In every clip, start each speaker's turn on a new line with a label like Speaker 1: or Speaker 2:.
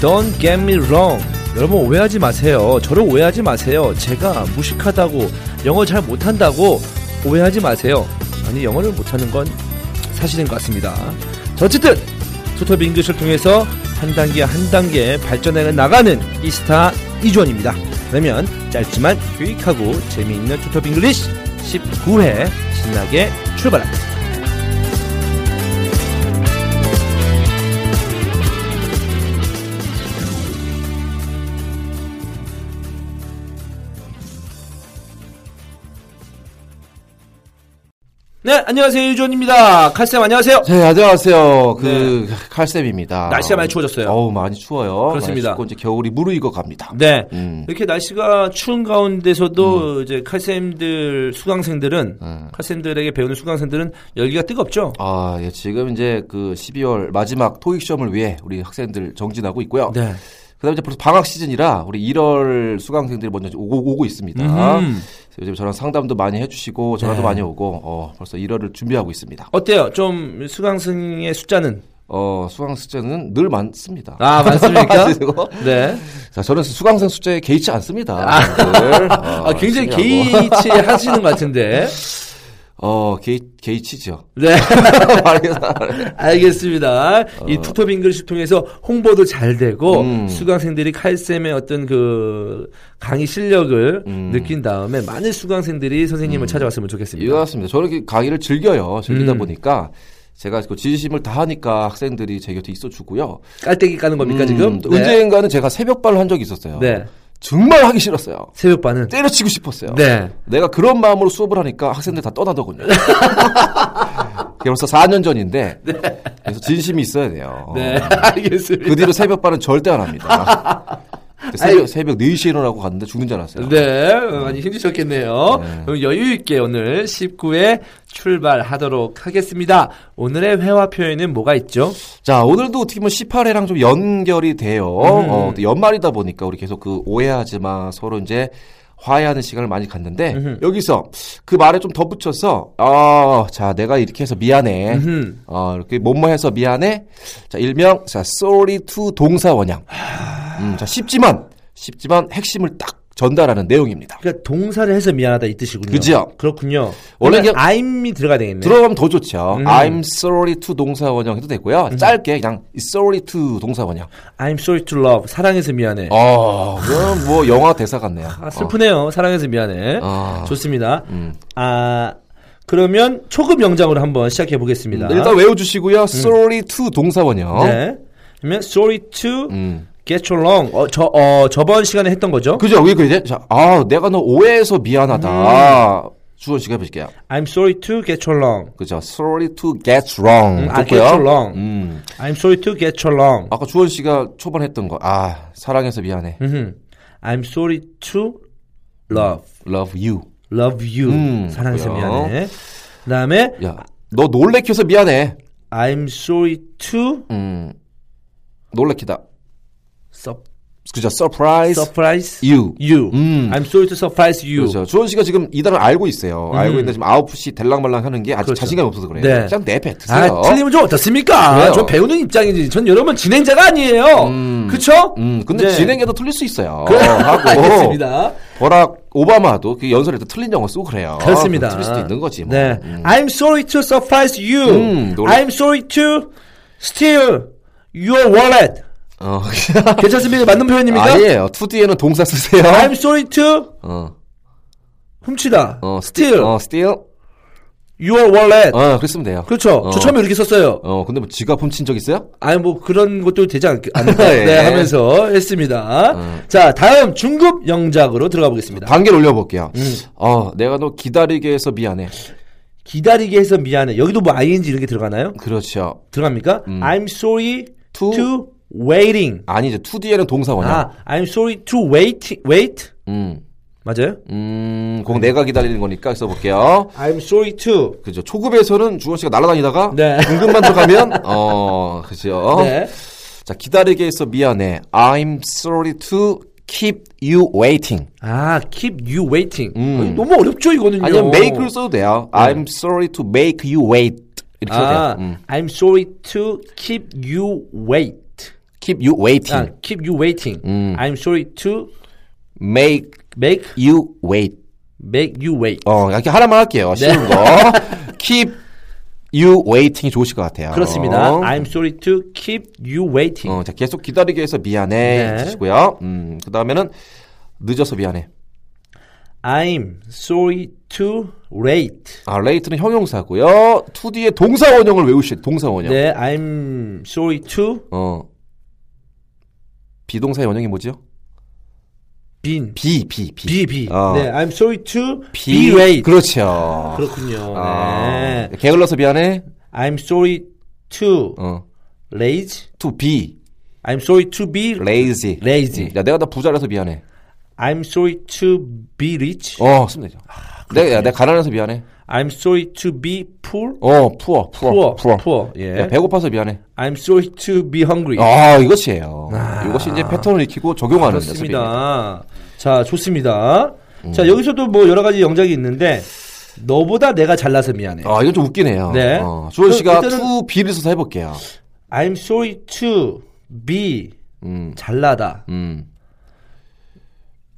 Speaker 1: Don't get me wrong. 여러분 오해하지 마세요. 저를 오해하지 마세요. 제가 무식하다고 영어 잘 못한다고 오해하지 마세요. 아니 영어를 못하는 건 사실인 것 같습니다. 자, 어쨌든 토탈 빙글을 통해서 한 단계 한 단계 발전해 나가는 이스타 이주원입니다. 그러면 짧지만 유익하고 재미있는 토탈 빙글리시 19회 신나게 출발합니다. 네, 안녕하세요 이주원입니다. 칼쌤 안녕하세요.
Speaker 2: 네, 안녕하세요. 그 칼쌤입니다.
Speaker 1: 네. 날씨가 많이 추워졌어요.
Speaker 2: 어우, 많이 추워요.
Speaker 1: 그렇습니다.
Speaker 2: 많이 춥고 이제 겨울이 무르익어 갑니다.
Speaker 1: 네.
Speaker 2: 음.
Speaker 1: 이렇게 날씨가 추운 가운데서도 이제 칼쌤들 수강생들은
Speaker 2: 음.
Speaker 1: 칼쌤들에게 배우는 수강생들은 열기가 뜨겁죠.
Speaker 2: 아, 예, 지금 이제 그 12월 마지막 토익 시험을 위해 우리 학생들 정진하고 있고요.
Speaker 1: 네.
Speaker 2: 그다음에 이제 벌써 방학 시즌이라 우리 1월 수강생들이 먼저 이제 오고 오고 있습니다.
Speaker 1: 음.
Speaker 2: 그래서 요즘 저랑 상담도 많이 해주시고 전화도
Speaker 1: 네.
Speaker 2: 많이 오고 어, 벌써 1월을 준비하고 있습니다.
Speaker 1: 어때요? 좀 수강생의 숫자는
Speaker 2: 어, 수강 숫자는 늘 많습니다.
Speaker 1: 아 많습니까?
Speaker 2: 그리고
Speaker 1: 네.
Speaker 2: 자, 저는 수강생 숫자에 개의치 않습니다. 늘, 어,
Speaker 1: 아, 굉장히
Speaker 2: 열심히 하고.
Speaker 1: 개의치 하시는 것 같은데.
Speaker 2: 어, 게이, 게이치죠.
Speaker 1: 네.
Speaker 2: 말해서-
Speaker 1: 알겠습니다. 이 투톱 잉글리시 통해서 홍보도 잘 되고
Speaker 2: 어. 음.
Speaker 1: 수강생들이 칼쌤의 어떤 그 강의 실력을
Speaker 2: 음.
Speaker 1: 느낀 다음에 많은 수강생들이 선생님을 찾아왔으면 좋겠습니다.
Speaker 2: 이거 같습니다. 저렇게 강의를 즐겨요. 즐기다
Speaker 1: 음.
Speaker 2: 보니까 제가 그 진심을 다하니까 학생들이 제 곁에 있어주고요.
Speaker 1: 깔때기 까는 겁니까
Speaker 2: 음,
Speaker 1: 지금? 네.
Speaker 2: 언젠가는 제가 아. 새벽발을 한 적이 있었어요.
Speaker 1: 네.
Speaker 2: 정말 하기 싫었어요.
Speaker 1: 새벽반은
Speaker 2: 때려치고 싶었어요.
Speaker 1: 네.
Speaker 2: 내가 그런 마음으로 수업을 하니까 학생들 다 떠나더군요. 그게 벌써 4년 전인데 그래서 진심이 있어야 돼요.
Speaker 1: 네. 알겠습니다.
Speaker 2: 그 뒤로 새벽발은 절대 안 합니다.
Speaker 1: 아니.
Speaker 2: 새벽, 새벽 4시에 일어나고 갔는데 죽는 줄 알았어요.
Speaker 1: 네, 어, 많이 힘드셨겠네요. 그럼 여유있게 오늘 19회 출발하도록 하겠습니다. 오늘의 회화 표현은 뭐가 있죠?
Speaker 2: 자, 오늘도 어떻게 보면 18회랑 좀 연결이 돼요.
Speaker 1: 음.
Speaker 2: 어, 또 연말이다 보니까 우리 계속 그 오해하지 마 서로 이제 화해하는 시간을 많이 갔는데 여기서 그 말에 좀 덧붙여서 아, 자, 내가 이렇게 해서 미안해.
Speaker 1: 음흠.
Speaker 2: 어, 이렇게 뭐뭐 해서 미안해. 자, 일명 자, sorry to 동사 원형.
Speaker 1: 아.
Speaker 2: 음, 자, 쉽지만 쉽지만 핵심을 딱 전달하는 내용입니다.
Speaker 1: 그러니까 동사를 해서 미안하다 이 뜻이군요.
Speaker 2: 그죠?
Speaker 1: 그렇군요.
Speaker 2: 원래
Speaker 1: 그러면
Speaker 2: 이게-
Speaker 1: I'm이 들어가야 되겠네요.
Speaker 2: 들어가면 더 좋죠.
Speaker 1: 음.
Speaker 2: I'm sorry to 동사 원형 해도 되고요. 짧게 그냥 sorry to 동사 원형.
Speaker 1: I'm sorry to love. 사랑해서 미안해.
Speaker 2: 아, 그건 뭐 영화 대사 같네요.
Speaker 1: 아, 슬프네요. 사랑해서 미안해.
Speaker 2: 아.
Speaker 1: 좋습니다.
Speaker 2: 음.
Speaker 1: 아, 그러면 초급 영장으로 한번 시작해
Speaker 2: 어.
Speaker 1: 보겠습니다.
Speaker 2: 일단 외워주시고요. Sorry to 동사원이요.
Speaker 1: 음. 네. 그러면 sorry to
Speaker 2: 어? 음.
Speaker 1: get along. 어, 저, 어, 저번 시간에 했던 거죠?
Speaker 2: 그죠? 왜 그래? 자, 아, 내가 너 오해해서
Speaker 1: 음.
Speaker 2: 미안하다. 주원 씨가 해볼게요.
Speaker 1: I'm sorry to get along.
Speaker 2: 그죠? Sorry to get wrong.
Speaker 1: 음, 아,
Speaker 2: 좋고요.
Speaker 1: get along.
Speaker 2: 음. 어.
Speaker 1: I'm sorry to get along.
Speaker 2: 아까 주원 씨가 초반 했던 거. 아, 사랑해서 미안해.
Speaker 1: 음흠. I'm sorry to love.
Speaker 2: Love you.
Speaker 1: love you.
Speaker 2: 음,
Speaker 1: 사랑해서
Speaker 2: 그래요. 예.
Speaker 1: 미안해. 그 다음에
Speaker 2: 야, 너 놀래켜서 미안해.
Speaker 1: I'm sorry to
Speaker 2: 음. 놀래키다.
Speaker 1: sup-
Speaker 2: 그죠? Surprise.
Speaker 1: surprise
Speaker 2: you.
Speaker 1: you.
Speaker 2: 음.
Speaker 1: I'm sorry to surprise you. 음.
Speaker 2: 그렇죠. 주원 씨가 지금 이 단어 알고 있어요. 알고 있는데 지금 아웃풋이 될랑말랑 하는 게 아직
Speaker 1: 그렇죠.
Speaker 2: 자신감이 없어서 그래요.
Speaker 1: 네.
Speaker 2: 그냥 내뱉
Speaker 1: 아,
Speaker 2: 드세요.
Speaker 1: 틀리면 좀 어떻습니까?
Speaker 2: 그래요.
Speaker 1: 저 배우는 입장이지. 전 여러분 진행자가 아니에요.
Speaker 2: 음.
Speaker 1: 그쵸?
Speaker 2: 음, 근데
Speaker 1: 네.
Speaker 2: 진행해도 틀릴 수 있어요. 하고.
Speaker 1: 알겠습니다.
Speaker 2: 버락 오바마도 그 연설에 또 틀린 영어 쓰고 아, 그래요.
Speaker 1: 그렇습니다.
Speaker 2: 틀릴 수도 있는 거지. 뭐.
Speaker 1: 네.
Speaker 2: 음.
Speaker 1: I'm sorry to surprise you.
Speaker 2: 음, 놀라-
Speaker 1: I'm sorry to steal your wallet.
Speaker 2: 어.
Speaker 1: 괜찮습니다. 맞는 표현입니까?
Speaker 2: 아, 예. 아니에요. 2D에는 동사 쓰세요.
Speaker 1: I'm sorry to
Speaker 2: 어,
Speaker 1: 훔치다.
Speaker 2: 어,
Speaker 1: steal.
Speaker 2: 어, steal. 어,
Speaker 1: your wallet.
Speaker 2: 그랬으면 돼요.
Speaker 1: 그렇죠.
Speaker 2: 어.
Speaker 1: 저 처음에 이렇게 썼어요.
Speaker 2: 어, 근데 뭐 지갑 훔친 적 있어요?
Speaker 1: 아니 뭐 그런 것도 되지 않, 않을까
Speaker 2: 예.
Speaker 1: 네, 하면서 했습니다.
Speaker 2: 어.
Speaker 1: 자 다음 중급 영작으로 들어가 보겠습니다.
Speaker 2: 단계를 올려볼게요.
Speaker 1: 음.
Speaker 2: 어, 내가 너 기다리게 해서 미안해.
Speaker 1: 기다리게 해서 미안해. 여기도 뭐 ing 이런 게 들어가나요?
Speaker 2: 그렇죠.
Speaker 1: 들어갑니까? I'm sorry to,
Speaker 2: To-
Speaker 1: waiting.
Speaker 2: 아니, 이제 2D에는 동사원이야.
Speaker 1: 아, I'm sorry to wait. Wait
Speaker 2: 음,
Speaker 1: 맞아요?
Speaker 2: 음, 공 내가 기다리는 거니까 써볼게요.
Speaker 1: I'm sorry to.
Speaker 2: 그죠. 초급에서는 주원 씨가 날아다니다가
Speaker 1: 네.
Speaker 2: 중급만 들어가면 어, 그죠.
Speaker 1: 네.
Speaker 2: 자, 기다리게 해서 미안해. I'm sorry to keep you waiting.
Speaker 1: 아, keep you waiting.
Speaker 2: 음.
Speaker 1: 아니, 너무 어렵죠 이거는요.
Speaker 2: 아니면 make를 써도 돼요. I'm sorry to make you wait. 이렇게 써도
Speaker 1: 네. 아,
Speaker 2: 돼요. 음.
Speaker 1: I'm sorry to keep you wait.
Speaker 2: keep you
Speaker 1: 아,
Speaker 2: waiting.
Speaker 1: keep you waiting.
Speaker 2: 음.
Speaker 1: I'm sorry to
Speaker 2: make
Speaker 1: make
Speaker 2: you wait.
Speaker 1: make you wait.
Speaker 2: 어, 이렇게 하나만 할게요.
Speaker 1: 네.
Speaker 2: 쉬운 거. keep you waiting이 좋으실 것 같아요.
Speaker 1: 그렇습니다.
Speaker 2: 어.
Speaker 1: I'm sorry to keep you waiting.
Speaker 2: 어, 자, 계속 기다리게 해서 미안해.
Speaker 1: 네.
Speaker 2: 해주시고요. 음, 그 다음에는 늦어서 미안해.
Speaker 1: I'm sorry to wait.
Speaker 2: 아, 레이트는 형용사고요. 2D의 동사 원형을 외우실 동사 원형.
Speaker 1: 네, I'm sorry to
Speaker 2: 어. 비동사의 원형이 뭐죠?
Speaker 1: been.
Speaker 2: 비, 비, 비.
Speaker 1: be be.
Speaker 2: 어.
Speaker 1: 네, I'm sorry to
Speaker 2: 비.
Speaker 1: be wait.
Speaker 2: 그렇죠.
Speaker 1: 그렇군요.
Speaker 2: 아,
Speaker 1: 네.
Speaker 2: 게을러서 미안해.
Speaker 1: I'm sorry to
Speaker 2: 어.
Speaker 1: lazy.
Speaker 2: To be
Speaker 1: I'm sorry to be
Speaker 2: lazy.
Speaker 1: lazy.
Speaker 2: 야, 내가 나 부자라서 미안해.
Speaker 1: I'm sorry to be rich.
Speaker 2: 어, 쓰면 되죠.
Speaker 1: 아,
Speaker 2: 내가, 야, 내가 가난해서 미안해.
Speaker 1: I'm sorry to be poor.
Speaker 2: 어, poor, poor,
Speaker 1: poor.
Speaker 2: poor.
Speaker 1: poor. 예.
Speaker 2: 야, 배고파서 미안해.
Speaker 1: I'm sorry to be hungry.
Speaker 2: 아, 이것이에요. 이것이 이제 패턴을 익히고 적용하는 연습입니다. 음.
Speaker 1: 그렇습니다. 자, 좋습니다. 자, 여기서도 뭐 여러 가지 영작이 있는데 너보다 내가 잘나서 미안해.
Speaker 2: 아, 이건 좀 웃기네요.
Speaker 1: 네.
Speaker 2: 어, 주원 씨가
Speaker 1: 그- 일단은-
Speaker 2: to be를 써서 해볼게요.
Speaker 1: I'm sorry to be
Speaker 2: 음,
Speaker 1: 잘나다.
Speaker 2: 음.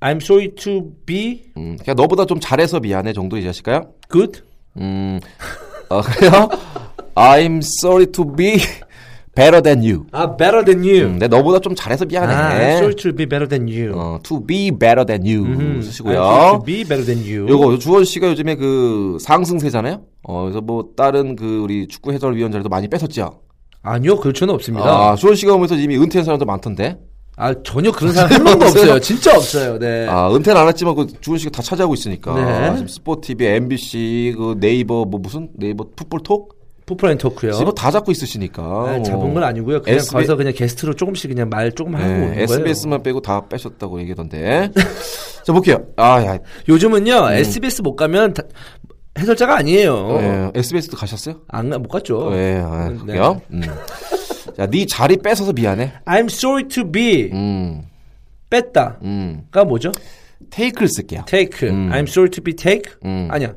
Speaker 1: I'm sorry to be
Speaker 2: 음, 그냥 너보다 좀 잘해서 미안해 정도 이제 하실까요?
Speaker 1: good.
Speaker 2: 음, 어, 그래요? I'm sorry to be better than you.
Speaker 1: 아, better than you.
Speaker 2: 음, 내 너보다 좀 잘해서
Speaker 1: 아, I'm
Speaker 2: 미안해.
Speaker 1: sorry to be better than you.
Speaker 2: 어, to be better than you
Speaker 1: 음, I'm sorry to
Speaker 2: 쓰시고요.
Speaker 1: be better than you.
Speaker 2: 요거 주원 씨가 요즘에 그 상승세잖아요. 어, 그래서 뭐 다른 그 우리 축구 해설위원 자리도 많이 뺏었죠.
Speaker 1: 아니요, 그렇지는 없습니다.
Speaker 2: 아,
Speaker 1: 아,
Speaker 2: 주원 씨가 오면서 이미 은퇴한 사람도 많던데.
Speaker 1: 전혀 그런 사람 한 명도
Speaker 2: 없어요?
Speaker 1: 없어요. 진짜 없어요. 네.
Speaker 2: 아, 은퇴는 안 했지만 그 주원 씨가 다 차지하고 있으니까. 아,
Speaker 1: 네.
Speaker 2: 지금 스포티비, MBC, 그 네이버 뭐 무슨 네이버 풋볼톡
Speaker 1: 풋프라인 토크요.
Speaker 2: 지금 뭐 다 잡고 있으시니까.
Speaker 1: 아, 잡은
Speaker 2: 어.
Speaker 1: 건 아니고요. 그냥
Speaker 2: SB
Speaker 1: 거기서 그냥 게스트로 조금씩 그냥 말 조금 하고 오는
Speaker 2: 네,
Speaker 1: 거예요.
Speaker 2: SBS만 빼고 다 빼셨다고 얘기던데. 자 볼게요. 아, 야, 음.
Speaker 1: 요즘은요 SBS 못 가면 다- 해설자가 아니에요.
Speaker 2: 예, SBS도 가셨어요?
Speaker 1: 안 가 못 갔죠.
Speaker 2: 예, 아,
Speaker 1: 네.
Speaker 2: 그래요. 음. 자, 네 자리 뺏어서 미안해.
Speaker 1: I'm sorry to be
Speaker 2: 음,
Speaker 1: 뺐다가
Speaker 2: 음,
Speaker 1: 뭐죠?
Speaker 2: 테이크를 쓸게요.
Speaker 1: Take.
Speaker 2: 음.
Speaker 1: I'm sorry to be take.
Speaker 2: 음.
Speaker 1: 아니야.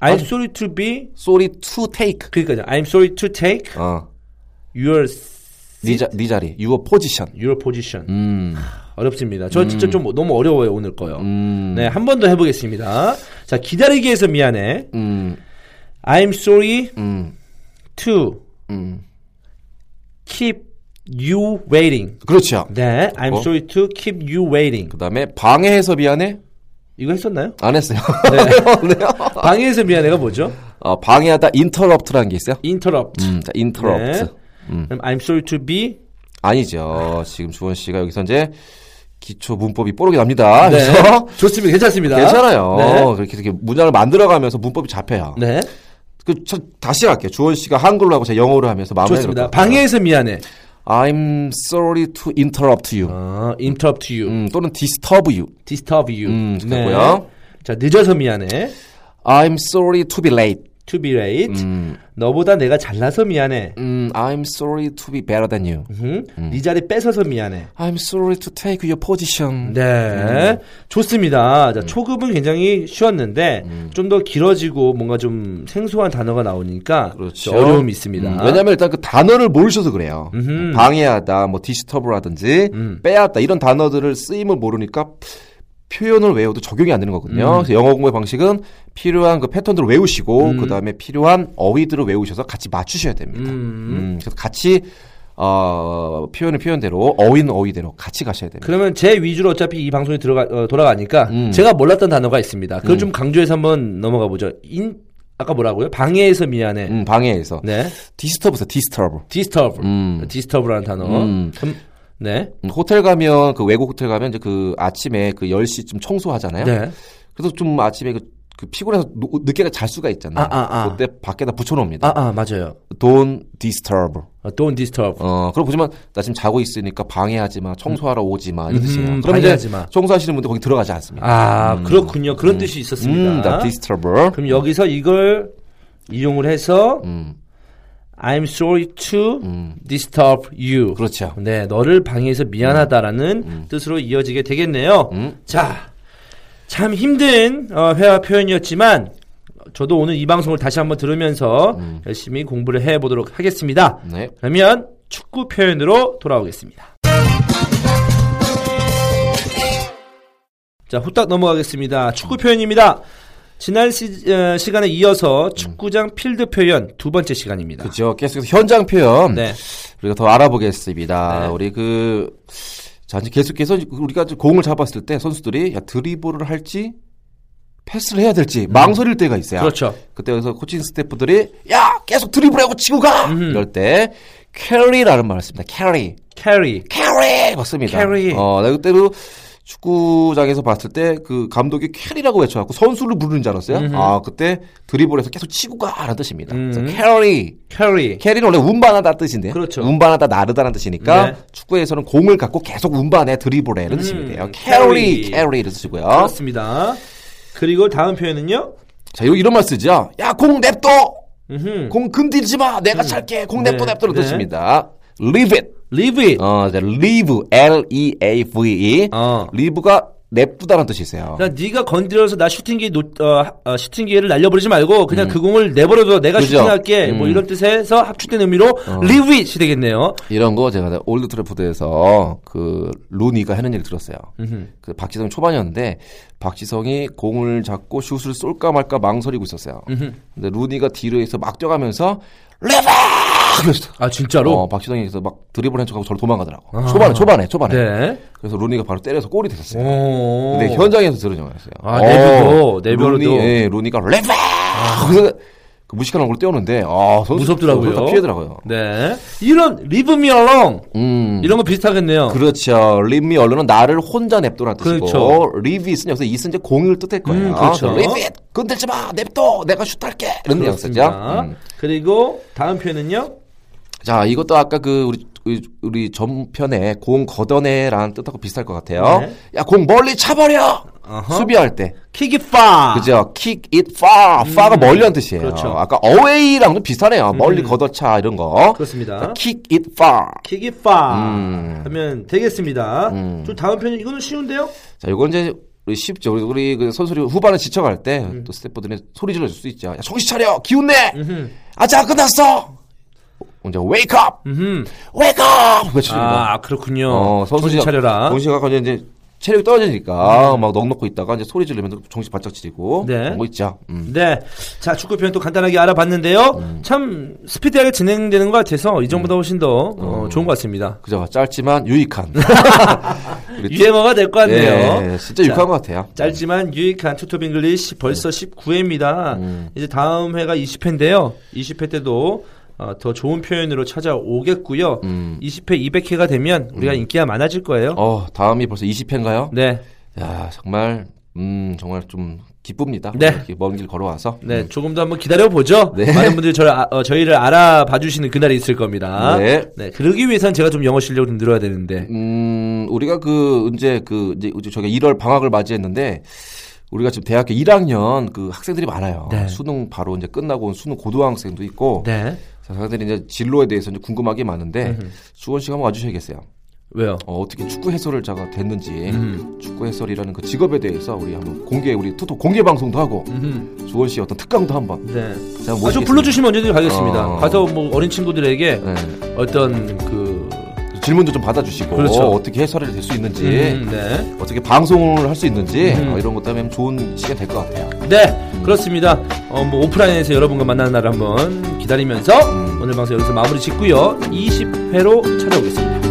Speaker 1: I'm sorry to be
Speaker 2: Sorry to take.
Speaker 1: 그러니까 I'm sorry to take
Speaker 2: 어,
Speaker 1: your
Speaker 2: 네, 자, 네 자리, your position.
Speaker 1: your position.
Speaker 2: 음,
Speaker 1: 어렵습니다. 저 진짜 좀 너무 어려워요 오늘 거요.
Speaker 2: 음,
Speaker 1: 네, 한 번 더 해보겠습니다. 자, 기다리기 해서 미안해.
Speaker 2: 음,
Speaker 1: I'm sorry
Speaker 2: 음,
Speaker 1: to
Speaker 2: 음.
Speaker 1: keep you waiting.
Speaker 2: 그렇죠.
Speaker 1: 네, I'm
Speaker 2: 어?
Speaker 1: sorry to keep you waiting.
Speaker 2: 그다음에 방해해서 미안해.
Speaker 1: 이거 했었나요?
Speaker 2: 안 했어요.
Speaker 1: 방해해서 미안해가 뭐죠?
Speaker 2: 어, 방해하다 interrupt라는 게 있어요.
Speaker 1: interrupt.
Speaker 2: 음, 자, interrupt.
Speaker 1: 네.
Speaker 2: 음.
Speaker 1: 그럼 I'm sorry to be 네.
Speaker 2: 아니죠. 지금 주원 씨가 여기서 이제 기초 문법이 뽀록이 납니다.
Speaker 1: 네.
Speaker 2: 그래서
Speaker 1: 좋습니다. 괜찮습니다.
Speaker 2: 괜찮아요.
Speaker 1: 네.
Speaker 2: 이렇게, 이렇게 문장을 만들어가면서 문법이 잡혀요.
Speaker 1: 네.
Speaker 2: 그, 저, 다시 할게요. 주원 씨가 한글로 하고 제가 영어로 하면서 마무리
Speaker 1: 좋습니다. 방해해서 미안해.
Speaker 2: I'm sorry to interrupt you.
Speaker 1: 어, interrupt you.
Speaker 2: 음, 또는 disturb you.
Speaker 1: disturb you. 네.
Speaker 2: 음, 됐고요.
Speaker 1: 자, 늦어서 미안해.
Speaker 2: I'm sorry to be late.
Speaker 1: to be late.
Speaker 2: 음,
Speaker 1: 너보다 내가 잘나서 미안해.
Speaker 2: 음, I'm sorry to be better than you.
Speaker 1: 음. 네 자리 뺏어서 미안해.
Speaker 2: I'm sorry to take your position. 음.
Speaker 1: 네. 좋습니다. 자, 초급은 굉장히 쉬웠는데
Speaker 2: 음.
Speaker 1: 좀 더 길어지고 뭔가 좀 생소한 단어가 나오니까
Speaker 2: 그렇죠.
Speaker 1: 좀 어려움이 있습니다.
Speaker 2: 음, 왜냐면 일단 그 단어를 모르셔서 그래요. 방해하다, 뭐 디스터브라든지
Speaker 1: 음.
Speaker 2: 빼앗다 이런 단어들을 쓰임을 모르니까 표현을 외워도 적용이 안 되는
Speaker 1: 음.
Speaker 2: 거거든요. 그래서 영어 공부의 방식은 필요한 그 패턴들을
Speaker 1: 음.
Speaker 2: 외우시고 그 다음에 필요한 어휘들을 외우셔서 음. 같이 맞추셔야 됩니다. 음, 그래서 같이 어, 표현은 표현대로 어휘는 어휘대로 같이 가셔야 됩니다.
Speaker 1: 그러면 제 위주로 어차피 이 방송이 들어가 어, 돌아가니까
Speaker 2: 음.
Speaker 1: 제가 몰랐던 단어가 있습니다. 그걸 좀 강조해서 한번 넘어가 보죠. 인 아까 뭐라고요? 방해해서 미안해.
Speaker 2: 음, 방해에서
Speaker 1: 그 네.
Speaker 2: 디스터브서 디스터브.
Speaker 1: 디스터브.
Speaker 2: 음.
Speaker 1: 디스터브라는 단어.
Speaker 2: 음.
Speaker 1: 그럼- 네.
Speaker 2: 음, 호텔 가면 그 외국 호텔 가면 이제 그 아침에 그 10시쯤 청소하잖아요.
Speaker 1: 네.
Speaker 2: 그래서 좀 아침에 그, 그 피곤해서 노- 늦게 잘 수가 있잖아요.
Speaker 1: 아, 아, 아.
Speaker 2: 그때 밖에다 붙여 놓습니다.
Speaker 1: 아, 아, 맞아요.
Speaker 2: Don't disturb.
Speaker 1: 어, Don't disturb.
Speaker 2: 어, 그럼 보지만 나 지금 자고 있으니까 방해하지 마. 청소하러 오지 마. 이런
Speaker 1: 음,
Speaker 2: 뜻이에요. 그럼
Speaker 1: 방해하지
Speaker 2: 이제
Speaker 1: 마.
Speaker 2: 청소하시는 분들 거기 들어가지 않습니다.
Speaker 1: 아, 그렇군요. 그런 뜻이 있었습니다.
Speaker 2: 음, 나 disturb.
Speaker 1: 그럼 여기서 이걸 이용을 해서
Speaker 2: 음,
Speaker 1: I'm sorry to
Speaker 2: 음.
Speaker 1: disturb you.
Speaker 2: 그렇죠.
Speaker 1: 네, 너를 방해해서 미안하다라는 뜻으로 이어지게 되겠네요.
Speaker 2: 음.
Speaker 1: 자, 참 힘든 어, 회화 표현이었지만 저도 오늘 이 방송을 다시 한번 들으면서
Speaker 2: 음.
Speaker 1: 열심히 공부를 해보도록 하겠습니다.
Speaker 2: 네.
Speaker 1: 그러면 축구 표현으로 돌아오겠습니다. 자, 후딱 넘어가겠습니다. 축구 표현입니다. 지난 시, 어, 시간에 이어서 축구장 필드 표현 두 번째 시간입니다.
Speaker 2: 그죠. 그렇죠. 계속해서 현장 표현.
Speaker 1: 네.
Speaker 2: 우리가 더
Speaker 1: 네.
Speaker 2: 알아보겠습니다. 우리 그, 자, 이제 계속해서 우리가 이제 공을 잡았을 때 선수들이 야, 드리블을 할지 패스를 해야 될지 망설일 때가 있어요.
Speaker 1: 그렇죠.
Speaker 2: 그때 그래서 코칭 스태프들이 야 계속 드리블하고 치고 가
Speaker 1: 음.
Speaker 2: 이럴 때 캐리라는 말을 씁니다. 캐리,
Speaker 1: 캐리.
Speaker 2: 캐리 맞습니다.
Speaker 1: 캐리.
Speaker 2: 어, 나 그때도 축구장에서 봤을 때 그 감독이 캐리라고 외쳐갖고 선수를 부르는 줄 알았어요. 아 그때 드리블해서 계속 치고 가라는 뜻입니다. 그래서
Speaker 1: 음.
Speaker 2: 캐리.
Speaker 1: 캐리.
Speaker 2: 캐리는 원래 운반하다 뜻인데
Speaker 1: 그렇죠.
Speaker 2: 운반하다 나르다는 뜻이니까
Speaker 1: 네. 음.
Speaker 2: 축구에서는 공을 갖고 계속 운반해 드리블해 이런 뜻이 돼요.
Speaker 1: 캐리.
Speaker 2: 캐리 캐리 이런 뜻이고요.
Speaker 1: 그렇습니다. 그리고 다음 표현은요.
Speaker 2: 자 이런 말 쓰죠. 야 공 냅둬
Speaker 1: 음흠.
Speaker 2: 공 건드리지 마 내가 찰게 공 냅둬
Speaker 1: 네.
Speaker 2: 냅둬 이런
Speaker 1: 네.
Speaker 2: 뜻입니다. Leave it
Speaker 1: Leave it.
Speaker 2: 어 이제 leave L E A V E
Speaker 1: 어.
Speaker 2: leave가 냅두다는 뜻이 있어요.
Speaker 1: 그러니까 네가 건드려서 나 슈팅기 놓, 어, 어, 슈팅기를 날려버리지 말고 그냥 그 공을 내버려둬 내가
Speaker 2: 음. 그죠.
Speaker 1: 슈팅할게 뭐
Speaker 2: 음. 어.
Speaker 1: 이런 뜻에서 합축된 의미로 Leave it이 되겠네요.
Speaker 2: 이런 거 제가 올드 트래포드에서 그 루니가 하는 얘기 들었어요. 그 박지성 초반이었는데 박지성이 공을 잡고 슛을 쏠까 말까 망설이고 있었어요. 근데 루니가 뒤로에서 막 뛰어가면서 레바! 그랬어.
Speaker 1: 아 진짜로?
Speaker 2: 어, 박지성이 그래서 막 드리블한 척하고 저를 도망가더라고. 초반에 초반에 초반에.
Speaker 1: 아. 네.
Speaker 2: 그래서 루니가 바로 때려서 골이 됐었어요.
Speaker 1: 오.
Speaker 2: 네. 근데 현장에서 들은 영화였어요.
Speaker 1: 아, 내부도, 내부로도. 아.
Speaker 2: 루니, 예, 루니가 레바! 그래서 그 무식한 얼굴 떼오는데 아, 선수,
Speaker 1: 무섭더라고요.
Speaker 2: 선수 다 피하더라고요.
Speaker 1: 네. 이런 Leave me alone
Speaker 2: 음.
Speaker 1: 이런 거 비슷하겠네요.
Speaker 2: 그렇죠. 리미 언론은 나를 혼자 냅둬라는 뜻이고
Speaker 1: 그렇죠.
Speaker 2: 리비스는 여기서 이은 이제 공을 뜻할 거예요.
Speaker 1: 음, 그렇죠.
Speaker 2: 리빗 건들지 마 냅둬 내가 슛할게 이런 내용 쓰죠.
Speaker 1: 그렇습니다.
Speaker 2: 음.
Speaker 1: 그리고 다음 표현은요.
Speaker 2: 자 이것도 아까 그 우리 우리, 우리 전편에 공 걷어내라는 뜻하고 비슷할 것 같아요.
Speaker 1: 네.
Speaker 2: 야 공 멀리 차버려
Speaker 1: 어허.
Speaker 2: 수비할 때
Speaker 1: Kick it far.
Speaker 2: 그죠. kick it far far가 멀리한 뜻이에요.
Speaker 1: 아. 그렇죠. 음.
Speaker 2: 아까 away랑도 비슷하네요. 멀리 걷어차 이런 거.
Speaker 1: 그렇습니다.
Speaker 2: 자, kick it far.
Speaker 1: Kick it far
Speaker 2: 음.
Speaker 1: 하면 되겠습니다.
Speaker 2: 음.
Speaker 1: 좀 다음 표현 이거는 쉬운데요.
Speaker 2: 자, 요건 이제 우리 쉽죠. 우리, 우리 그 선수들이 후반에 지쳐갈 때 또
Speaker 1: 음.
Speaker 2: 스태프들이 소리 질러줄 수 있죠. 야, 정신 차려! 기운 내! 아자, 끝났어! 이제 wake up! wake up! 외쳐줍니다.
Speaker 1: 아 그렇군요.
Speaker 2: 어, 선수들이
Speaker 1: 정신 차려라. 음.
Speaker 2: 정신 차려가 이제 체력이 떨어지니까 막 넉넉고 있다가 이제 소리 지르면 정신 바짝 차리고
Speaker 1: 네.
Speaker 2: 그런 거 있죠. 음.
Speaker 1: 네. 자, 축구 표현 또 간단하게 알아봤는데요. 참 스피디하게 진행되는 것 같아서
Speaker 2: 음.
Speaker 1: 이전보다 훨씬 더 어, 좋은 것 같습니다.
Speaker 2: 그죠. 짧지만 유익한. 우리
Speaker 1: 유행어가 될 것
Speaker 2: 예,
Speaker 1: 같네요.
Speaker 2: 예, 진짜
Speaker 1: 자,
Speaker 2: 유익한 것 같아요.
Speaker 1: 짧지만 유익한 투톱 잉글리시 벌써
Speaker 2: 네.
Speaker 1: 19회입니다. 이제 다음 회가 20회인데요. 20회 때도 어, 더 좋은 표현으로 찾아오겠고요. 20회, 200회가 되면 우리가 인기가 많아질 거예요.
Speaker 2: 음. 어, 다음이 벌써 20회인가요?
Speaker 1: 네.
Speaker 2: 야 정말 음 정말 좀 기쁩니다.
Speaker 1: 네.
Speaker 2: 이렇게 먼 길 걸어와서. 음,
Speaker 1: 네, 조금 더 한번 기다려보죠.
Speaker 2: 네.
Speaker 1: 많은 분들이 저를, 아- 어, 저희를 알아봐 주시는 그날이 있을 겁니다.
Speaker 2: 네.
Speaker 1: 그러기 위해선 제가 좀 영어 실력을 좀 늘어야 되는데.
Speaker 2: 음 우리가 그 이제 그 이제 저희가 1월 방학을 맞이했는데 우리가 지금 대학교 1학년 그 학생들이 많아요.
Speaker 1: 네.
Speaker 2: 수능 바로 이제 끝나고 온 수능 고등학생도 있고
Speaker 1: 네.
Speaker 2: 학생들이 이제 진로에 대해서 이제 궁금하게 많은데 수원 씨 한번 와주셔야겠어요.
Speaker 1: 왜요?
Speaker 2: 어, 떻게 축구 해설을 제가 됐는지
Speaker 1: 음.
Speaker 2: 축구 해설이라는 그 직업에 대해서 우리 한번 공개 우리 투토 공개 방송도 하고 수원 씨 어떤 특강도 한번
Speaker 1: 네.
Speaker 2: 제가
Speaker 1: 음. 아, 저
Speaker 2: 모시겠습니다.
Speaker 1: 불러주시면 언제든지 가겠습니다.
Speaker 2: 뭐 어.
Speaker 1: 가서 뭐 어린 친구들에게
Speaker 2: 네.
Speaker 1: 어떤 그.
Speaker 2: 질문도 좀 받아주시고
Speaker 1: 그렇죠.
Speaker 2: 어떻게 해설이 될 수 있는지
Speaker 1: 음, 네.
Speaker 2: 어떻게 방송을 할 수 있는지 어, 이런 것도 하면 좋은 시간 될 것 같아요.
Speaker 1: 네, 그렇습니다. 어, 뭐 오프라인에서 여러분과 만나는 날 한번 기다리면서 오늘 방송 여기서 마무리 짓고요. 20회로 찾아오겠습니다.